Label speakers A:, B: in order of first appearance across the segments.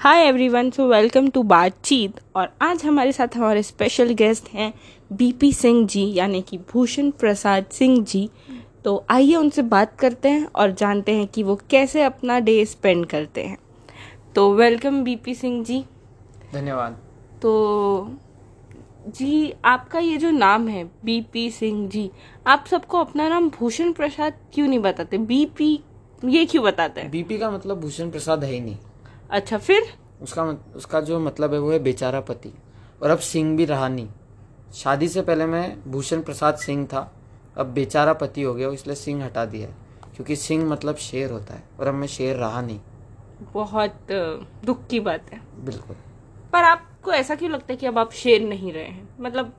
A: Hi everyone so welcome to बातचीत और आज हमारे साथ हमारे स्पेशल गेस्ट हैं बीपी सिंह जी यानी कि भूषण प्रसाद सिंह जी तो आइए उनसे बात करते हैं और जानते हैं कि वो कैसे अपना डे स्पेंड करते हैं तो वेलकम बीपी सिंह जी
B: धन्यवाद
A: तो जी आपका ये जो नाम है बीपी सिंह जी आप सबको अपना नाम भूषण प्रसाद क्यों नहीं बताते बीपी ये क्यों बताते हैं
B: बीपी का मतलब भूषण प्रसाद है ही नहीं
A: अच्छा फिर
B: उसका मत- उसका जो मतलब है वो है बेचारा पति और अब सिंह भी रहा नहीं शादी से पहले मैं भूषण प्रसाद सिंह था अब बेचारा पति हो गया इसलिए सिंह हटा दिया है क्योंकि सिंह मतलब शेर होता है और अब मैं शेर रहा नहीं
A: बहुत अ, दुख की बात है
B: बिल्कुल
A: पर आपको ऐसा क्यों लगता है कि अब आप शेर नहीं रहे हैं मतलब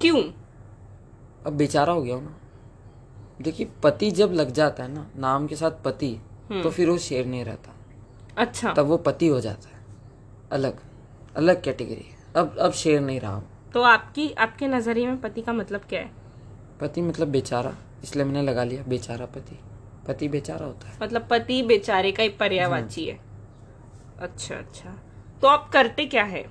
A: क्यों
B: अब बेचारा हो गया हूं ना देखिए पति जब लग जाता है ना नाम के साथ पति तो फिर वो शेर नहीं रहता
A: अच्छा
B: तब वो पति हो जाता है अलग अलग कैटेगरी अब अब शेर नहीं रहा हूं
A: तो आपकी आपके नजरिए में पति का मतलब क्या है
B: पति मतलब बेचारा इसलिए मैंने लगा लिया बेचारा पति पति बेचारा होता है
A: मतलब पति बेचारे का ही पर्यावाची है अच्छा अच्छा तो आप करते क्या है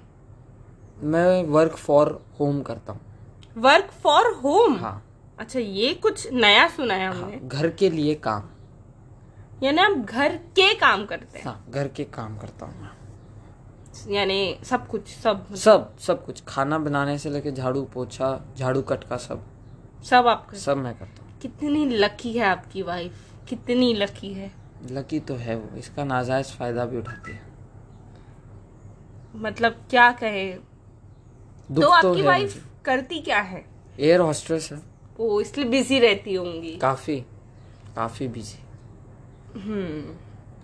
B: मैं वर्क फॉर होम करता हूँ
A: वर्क फॉर होम
B: हाँ
A: अच्छा ये कुछ नया सुना है हमने
B: घर के लिए काम
A: यानी आप घर के काम करते हैं
B: हाँ घर के काम करता हूँ मैं
A: यानी सब कुछ सब
B: सब सब कुछ खाना बनाने से लेके झाड़ू पोछा झाड़ू कटका सब
A: सब आप करते
B: सब मैं करता हूँ
A: हैं। कितनी लकी है आपकी वाइफ कितनी लकी है
B: लकी तो है वो इसका नाजायज फायदा भी उठाती है
A: मतलब क्या कहे
B: दुख
A: तो
B: तो
A: आपकी
B: है
A: वाइफ करती क्या है
B: एयर हॉस्ट्रेस है
A: वो इसलिए बिजी रहती होंगी
B: काफी काफी बिजी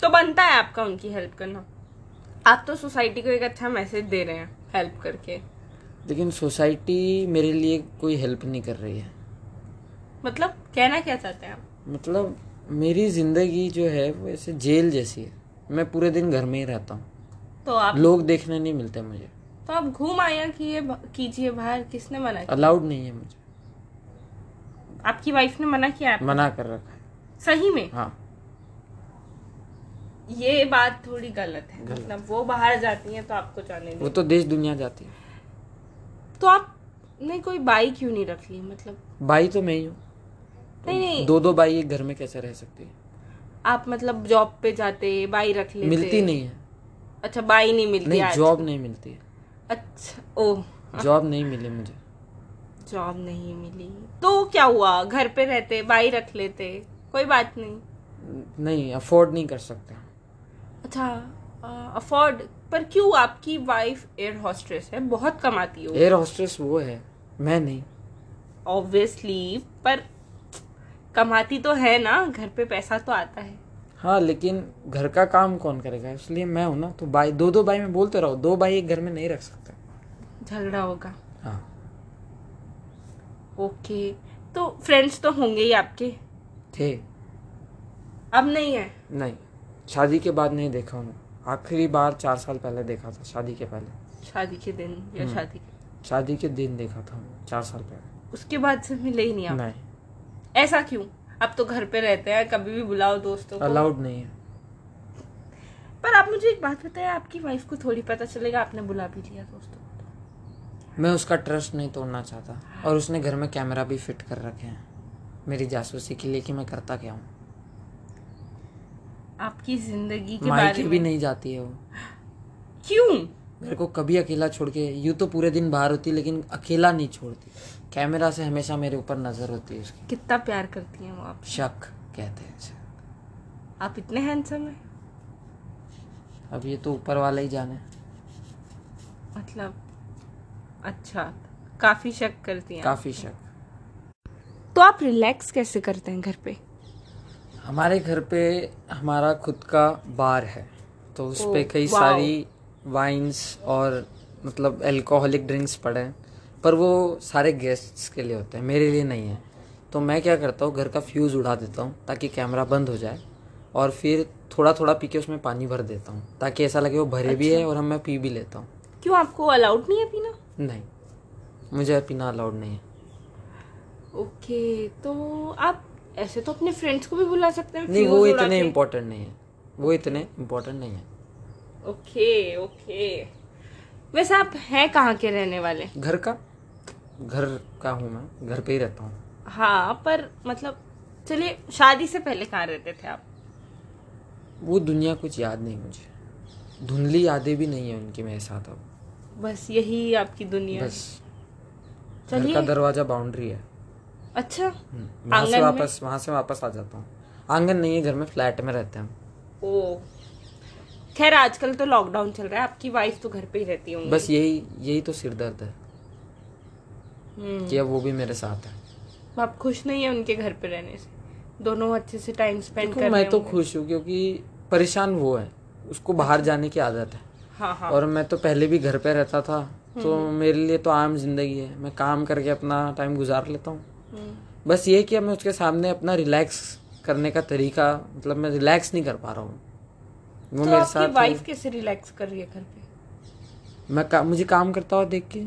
A: तो बनता है आपका उनकी हेल्प करना आप तो सोसाइटी को एक अच्छा मैसेज दे रहे हैं हेल्प करके
B: लेकिन सोसाइटी मेरे लिए कोई हेल्प नहीं कर रही है
A: मतलब कहना क्या चाहते हैं आप
B: मतलब मेरी जिंदगी जो है वो ऐसे जेल जैसी है मैं पूरे दिन घर में ही रहता हूँ
A: तो आप
B: लोग देखने नहीं मिलते मुझे
A: तो आप घूम आया किए कीजिए बाहर किसने मना किया
B: अलाउड नहीं है मुझे
A: आपकी वाइफ ने मना किया आप
B: मना कर रखा है
A: सही में
B: हाँ
A: ये बात थोड़ी गलत है मतलब वो बाहर जाती है तो आपको जाने
B: वो
A: दो
B: तो देश दुनिया जाती है
A: तो आपने कोई बाई क्यों नहीं रख ली मतलब
B: भाई तो मैं ही हूँ
A: नहीं नहीं
B: दो दो भाई एक घर में कैसे रह सकती है
A: आप मतलब जॉब पे जाते बाई रख लेते
B: मिलती नहीं है
A: अच्छा बाई नहीं मिलती
B: नहीं
A: आज
B: जॉब नहीं मिलती है
A: अच्छा ओह
B: जॉब नहीं मिली मुझे
A: जॉब नहीं मिली तो क्या हुआ घर पे रहते बाई रख लेते कोई बात नहीं
B: नहीं अफोर्ड नहीं कर सकते हम।
A: अच्छा अफोर्ड पर क्यों आपकी वाइफ एयर हॉस्ट्रेस है बहुत कमाती हो
B: एयर हॉस्टेस वो है मैं नहीं
A: ऑब्वियसली पर कमाती तो है ना घर पे पैसा तो आता है
B: हाँ लेकिन घर का काम कौन करेगा इसलिए मैं हूं ना तो भाई दो दो भाई मैं बोलते रहो दो भाई एक घर में नहीं रख सकते
A: झगड़ा होगा
B: हाँ
A: ओके तो फ्रेंड्स तो होंगे ही आपके
B: थे
A: अब नहीं है
B: नहीं शादी के बाद नहीं देखा उन्हें आखिरी बार चार साल पहले देखा था शादी के पहले
A: शादी के दिन या शादी के
B: शादी के दिन देखा था उन्हें, चार साल पहले
A: उसके बाद से मिले ही नहीं आप
B: नहीं
A: ऐसा क्यों आप तो घर पे रहते हैं कभी भी बुलाओ दोस्तों को
B: अलाउड नहीं है
A: पर आप मुझे एक बात बताएं आपकी वाइफ को थोड़ी पता चलेगा आपने बुला भी लिया दोस्तों को तो।
B: मैं उसका ट्रस्ट नहीं तोड़ना चाहता और उसने घर में कैमरा भी फिट कर रखे हैं मेरी जासूसी के लिए कि मैं करता क्या हूँ
A: आपकी जिंदगी के बारे
B: मायके भी
A: में
B: नहीं जाती है वो
A: क्यों
B: मेरे को कभी अकेला छोड़ के यूँ तो पूरे दिन बाहर होती लेकिन अकेला नहीं छोड़ती कैमरा से हमेशा मेरे ऊपर नज़र होती है उसकी
A: कितना प्यार करती हैं वो आप
B: शक कहते हैं इसे।
A: आप इतने हैंडसम हैं
B: अब ये तो ऊपर वाला ही जाने
A: मतलब अच्छा काफी शक करती हैं
B: काफ़ी शक
A: तो आप रिलैक्स कैसे करते हैं घर पे
B: हमारे घर पे हमारा खुद का बार है तो उस
A: ओह,
B: पे कई
A: वाओ।
B: सारी वाइन्स और मतलब अल्कोहलिक ड्रिंक्स पड़े हैं पर वो सारे गेस्ट्स के लिए होते हैं मेरे लिए नहीं है तो मैं क्या करता हूँ घर का फ्यूज़ उड़ा देता हूँ ताकि कैमरा बंद हो जाए और फिर थोड़ा थोड़ा पी के उसमें पानी भर देता हूँ ताकि ऐसा लगे वो भरे भी
A: अच्छा।
B: है और हम मैं पी भी लेता हूँ
A: क्यों आपको अलाउड नहीं है पीना
B: नहीं मुझे पीना अलाउड नहीं है
A: ओके तो आप ऐसे तो अपने फ्रेंड्स को भी बुला सकते हैं
B: नहीं
A: फ्यूज
B: वो
A: उड़ा
B: इतने
A: के।
B: इम्पोर्टेंट नहीं है वो इतने इम्पोर्टेंट नहीं है
A: ओके ओके वैसे आप हैं कहाँ के रहने वाले
B: घर का घर का हूँ मैं घर पे ही रहता हूँ
A: हाँ पर मतलब चलिए शादी से पहले कहाँ रहते थे आप
B: वो दुनिया कुछ याद नहीं मुझे धुंधली यादें भी नहीं है उनकी मेरे साथ अब
A: बस यही आपकी दुनिया है।
B: बस घर का
A: चलिए
B: दरवाजा बाउंड्री है
A: अच्छा
B: वहाँ
A: आंगन
B: से
A: में?
B: वापस वहाँ से वापस आ जाता हूँ आंगन नहीं है घर में फ्लैट में रहते हैं
A: ओ खैर आजकल तो लॉकडाउन चल रहा है आपकी वाइफ तो घर पे ही रहती होंगी
B: बस यही यही तो सिरदर्द है
A: हम्म,
B: कि अब वो भी मेरे साथ है
A: आप खुश नहीं है उनके घर पे रहने से दोनों अच्छे से टाइम स्पेंड
B: देखो
A: कर
B: मैं
A: रहे
B: तो
A: होंगे।
B: खुश हूँ क्योंकि परेशान वो है उसको बाहर जाने की आदत है
A: हाँ हाँ हम्म।
B: और मैं तो पहले भी घर पे रहता था तो मेरे लिए तो आम जिंदगी है मैं काम करके अपना टाइम गुजार लेता हूँ
A: हम्म,
B: बस ये कि मैं उसके सामने अपना रिलैक्स करने का तरीका मतलब मैं रिलैक्स नहीं कर पा रहा हूँ वो
A: तो
B: मेरे
A: आपकी
B: साथ
A: वाइफ कैसे रिलैक्स कर रही है घर पे
B: मैं का, मुझे काम करता हुआ देख के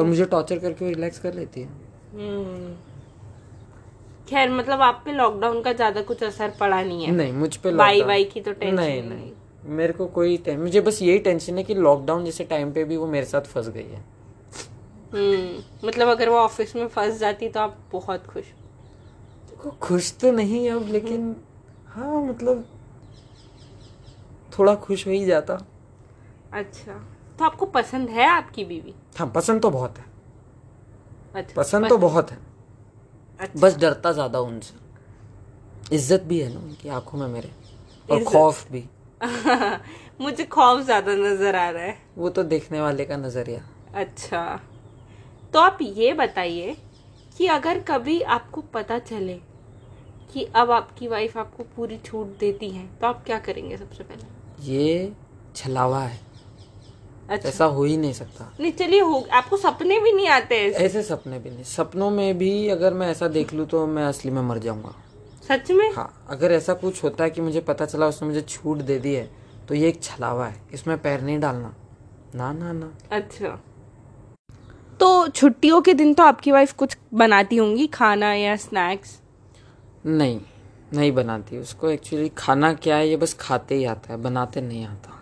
B: और मुझे टॉर्चर करके वो रिलैक्स कर लेती है
A: हम्म। खैर मतलब आप पे लॉकडाउन का ज्यादा कुछ असर पड़ा नहीं है
B: नहीं मुझ पे
A: बाई
B: lockdown-
A: बाई की तो टेंशन
B: नहीं नहीं मेरे को कोई टे- मुझे बस यही टेंशन है कि लॉकडाउन जैसे टाइम पे भी वो मेरे साथ फंस गई है
A: हम्म मतलब अगर वो ऑफिस में फंस जाती तो आप बहुत खुश
B: देखो खुश तो नहीं अब लेकिन हाँ मतलब थोड़ा खुश हो ही जाता
A: अच्छा तो आपको पसंद है आपकी बीवी
B: हाँ पसंद तो बहुत है
A: अच्छा
B: पसंद तो बहुत है
A: अच्छा।
B: बस डरता ज्यादा हूं उनसे इज्जत भी है ना उनकी आंखों में मेरे और
A: इज्जत।
B: खौफ भी
A: मुझे खौफ ज्यादा नजर आ रहा है
B: वो तो देखने वाले का नजरिया
A: अच्छा तो आप ये बताइए कि अगर कभी आपको पता चले कि अब आपकी वाइफ आपको पूरी छूट देती है तो आप क्या करेंगे सबसे पहले
B: ये छलावा है
A: अच्छा
B: ऐसा हो ही नहीं सकता
A: नहीं चलिए हो आपको सपने भी नहीं आते ऐसे।
B: ऐसे सपने भी नहीं सपनों में भी अगर मैं ऐसा देख लूँ तो मैं असली में मर जाऊंगा
A: सच में
B: हाँ अगर ऐसा कुछ होता है कि मुझे पता चला उसने मुझे छूट दे दी है तो ये एक छलावा है इसमें पैर नहीं डालना ना ना ना
A: अच्छा तो छुट्टियों के दिन तो आपकी वाइफ कुछ बनाती होंगी खाना या स्नैक्स
B: नहीं नहीं बनाती उसको एक्चुअली खाना क्या है ये बस खाते ही आता है बनाते नहीं आता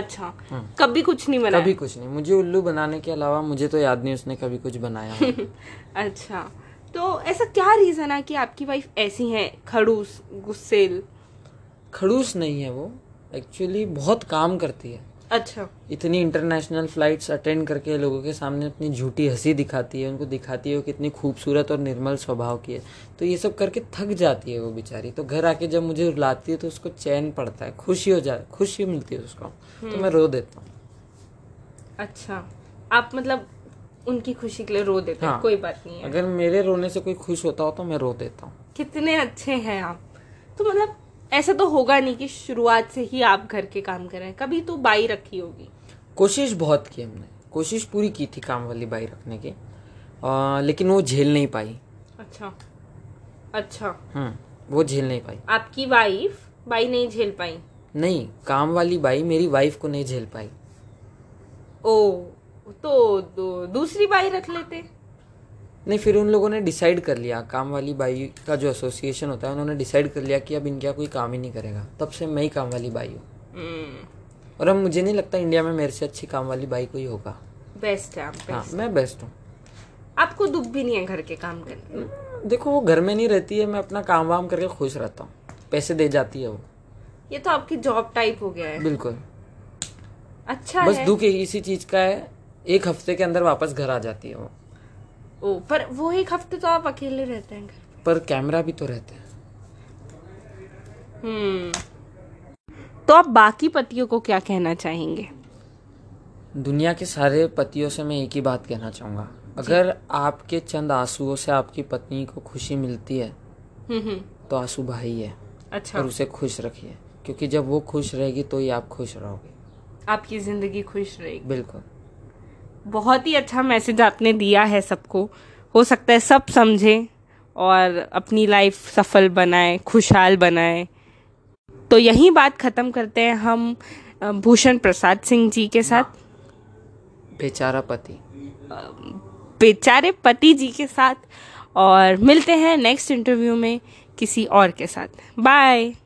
A: अच्छा
B: हम्म।
A: कभी कुछ नहीं बनाया
B: कभी कुछ नहीं मुझे उल्लू बनाने के अलावा मुझे तो याद नहीं उसने कभी कुछ बनाया हो।
A: अच्छा तो ऐसा क्या रीजन है कि आपकी वाइफ ऐसी है खड़ूस गुस्सेल
B: खड़ूस नहीं है वो एक्चुअली बहुत काम करती है
A: अच्छा
B: इतनी इंटरनेशनल फ्लाइट्स अटेंड करके लोगों के सामने अपनी झूठी हंसी दिखाती है उनको दिखाती है वो कितनी खूबसूरत और निर्मल स्वभाव की है तो ये सब करके थक जाती है वो बेचारी तो घर आके जब मुझे रुलाती है तो उसको चैन पड़ता है खुशी हो जा खुशी मिलती है उसको तो मैं रो देता हूँ
A: अच्छा आप मतलब उनकी खुशी के लिए रो देते हैं
B: हाँ।
A: कोई बात नहीं है
B: अगर मेरे रोने से कोई खुश होता हो तो मैं रो देता हूँ
A: कितने अच्छे हैं आप तो मतलब ऐसा तो होगा नहीं कि शुरुआत से ही आप घर के काम कर रहे हैं कभी तो बाई रखी होगी
B: कोशिश बहुत की हमने कोशिश पूरी की थी काम वाली बाई रखने की अ, लेकिन वो झेल नहीं पाई
A: अच्छा अच्छा
B: हम्म वो झेल नहीं पाई
A: आपकी वाइफ बाई नहीं झेल पाई
B: नहीं काम वाली बाई मेरी वाइफ को नहीं झेल पाई
A: ओ तो दू- दूसरी बाई रख लेते
B: नहीं फिर उन लोगों ने डिसाइड कर लिया काम वाली बाई का जो एसोसिएशन होता है उन्होंने डिसाइड कर लिया कि अब इनका कोई काम ही नहीं करेगा तब से मैं ही काम वाली बाई हूँ
A: हम्म,
B: और अब मुझे नहीं लगता इंडिया में मेरे से अच्छी काम वाली बाई कोई होगा
A: बेस्ट है आप best।
B: हाँ मैं बेस्ट हूँ
A: आपको दुख भी नहीं है घर के काम करने
B: देखो वो घर में नहीं रहती है मैं अपना काम वाम करके खुश रहता हूँ पैसे दे जाती है वो
A: ये तो आपकी जॉब टाइप हो गया है
B: बिल्कुल
A: अच्छा
B: बस
A: है
B: दुख इसी चीज का है एक हफ्ते के अंदर वापस घर आ जाती है वो
A: ओ पर वो एक हफ्ते तो आप अकेले रहते हैं घर पे।
B: पर कैमरा भी तो रहता है
A: हम्म तो आप बाकी पतियों को क्या कहना चाहेंगे
B: दुनिया के सारे पतियों से मैं एक ही बात कहना चाहूँगा अगर आपके चंद आंसुओं से आपकी पत्नी को खुशी मिलती है
A: हम्म हम्म,
B: तो आंसू भाई है
A: अच्छा
B: और उसे खुश रखिए क्योंकि जब वो खुश रहेगी तो ही आप खुश रहोगे
A: आपकी जिंदगी खुश रहेगी
B: बिल्कुल
A: बहुत ही अच्छा मैसेज आपने दिया है सबको हो सकता है सब समझें और अपनी लाइफ सफल बनाए खुशहाल बनाए तो यही बात ख़त्म करते हैं हम अ, भूषण प्रसाद सिंह जी के साथ
B: बेचारा पति
A: बेचारे पति जी के साथ और मिलते हैं नेक्स्ट इंटरव्यू में किसी और के साथ बाय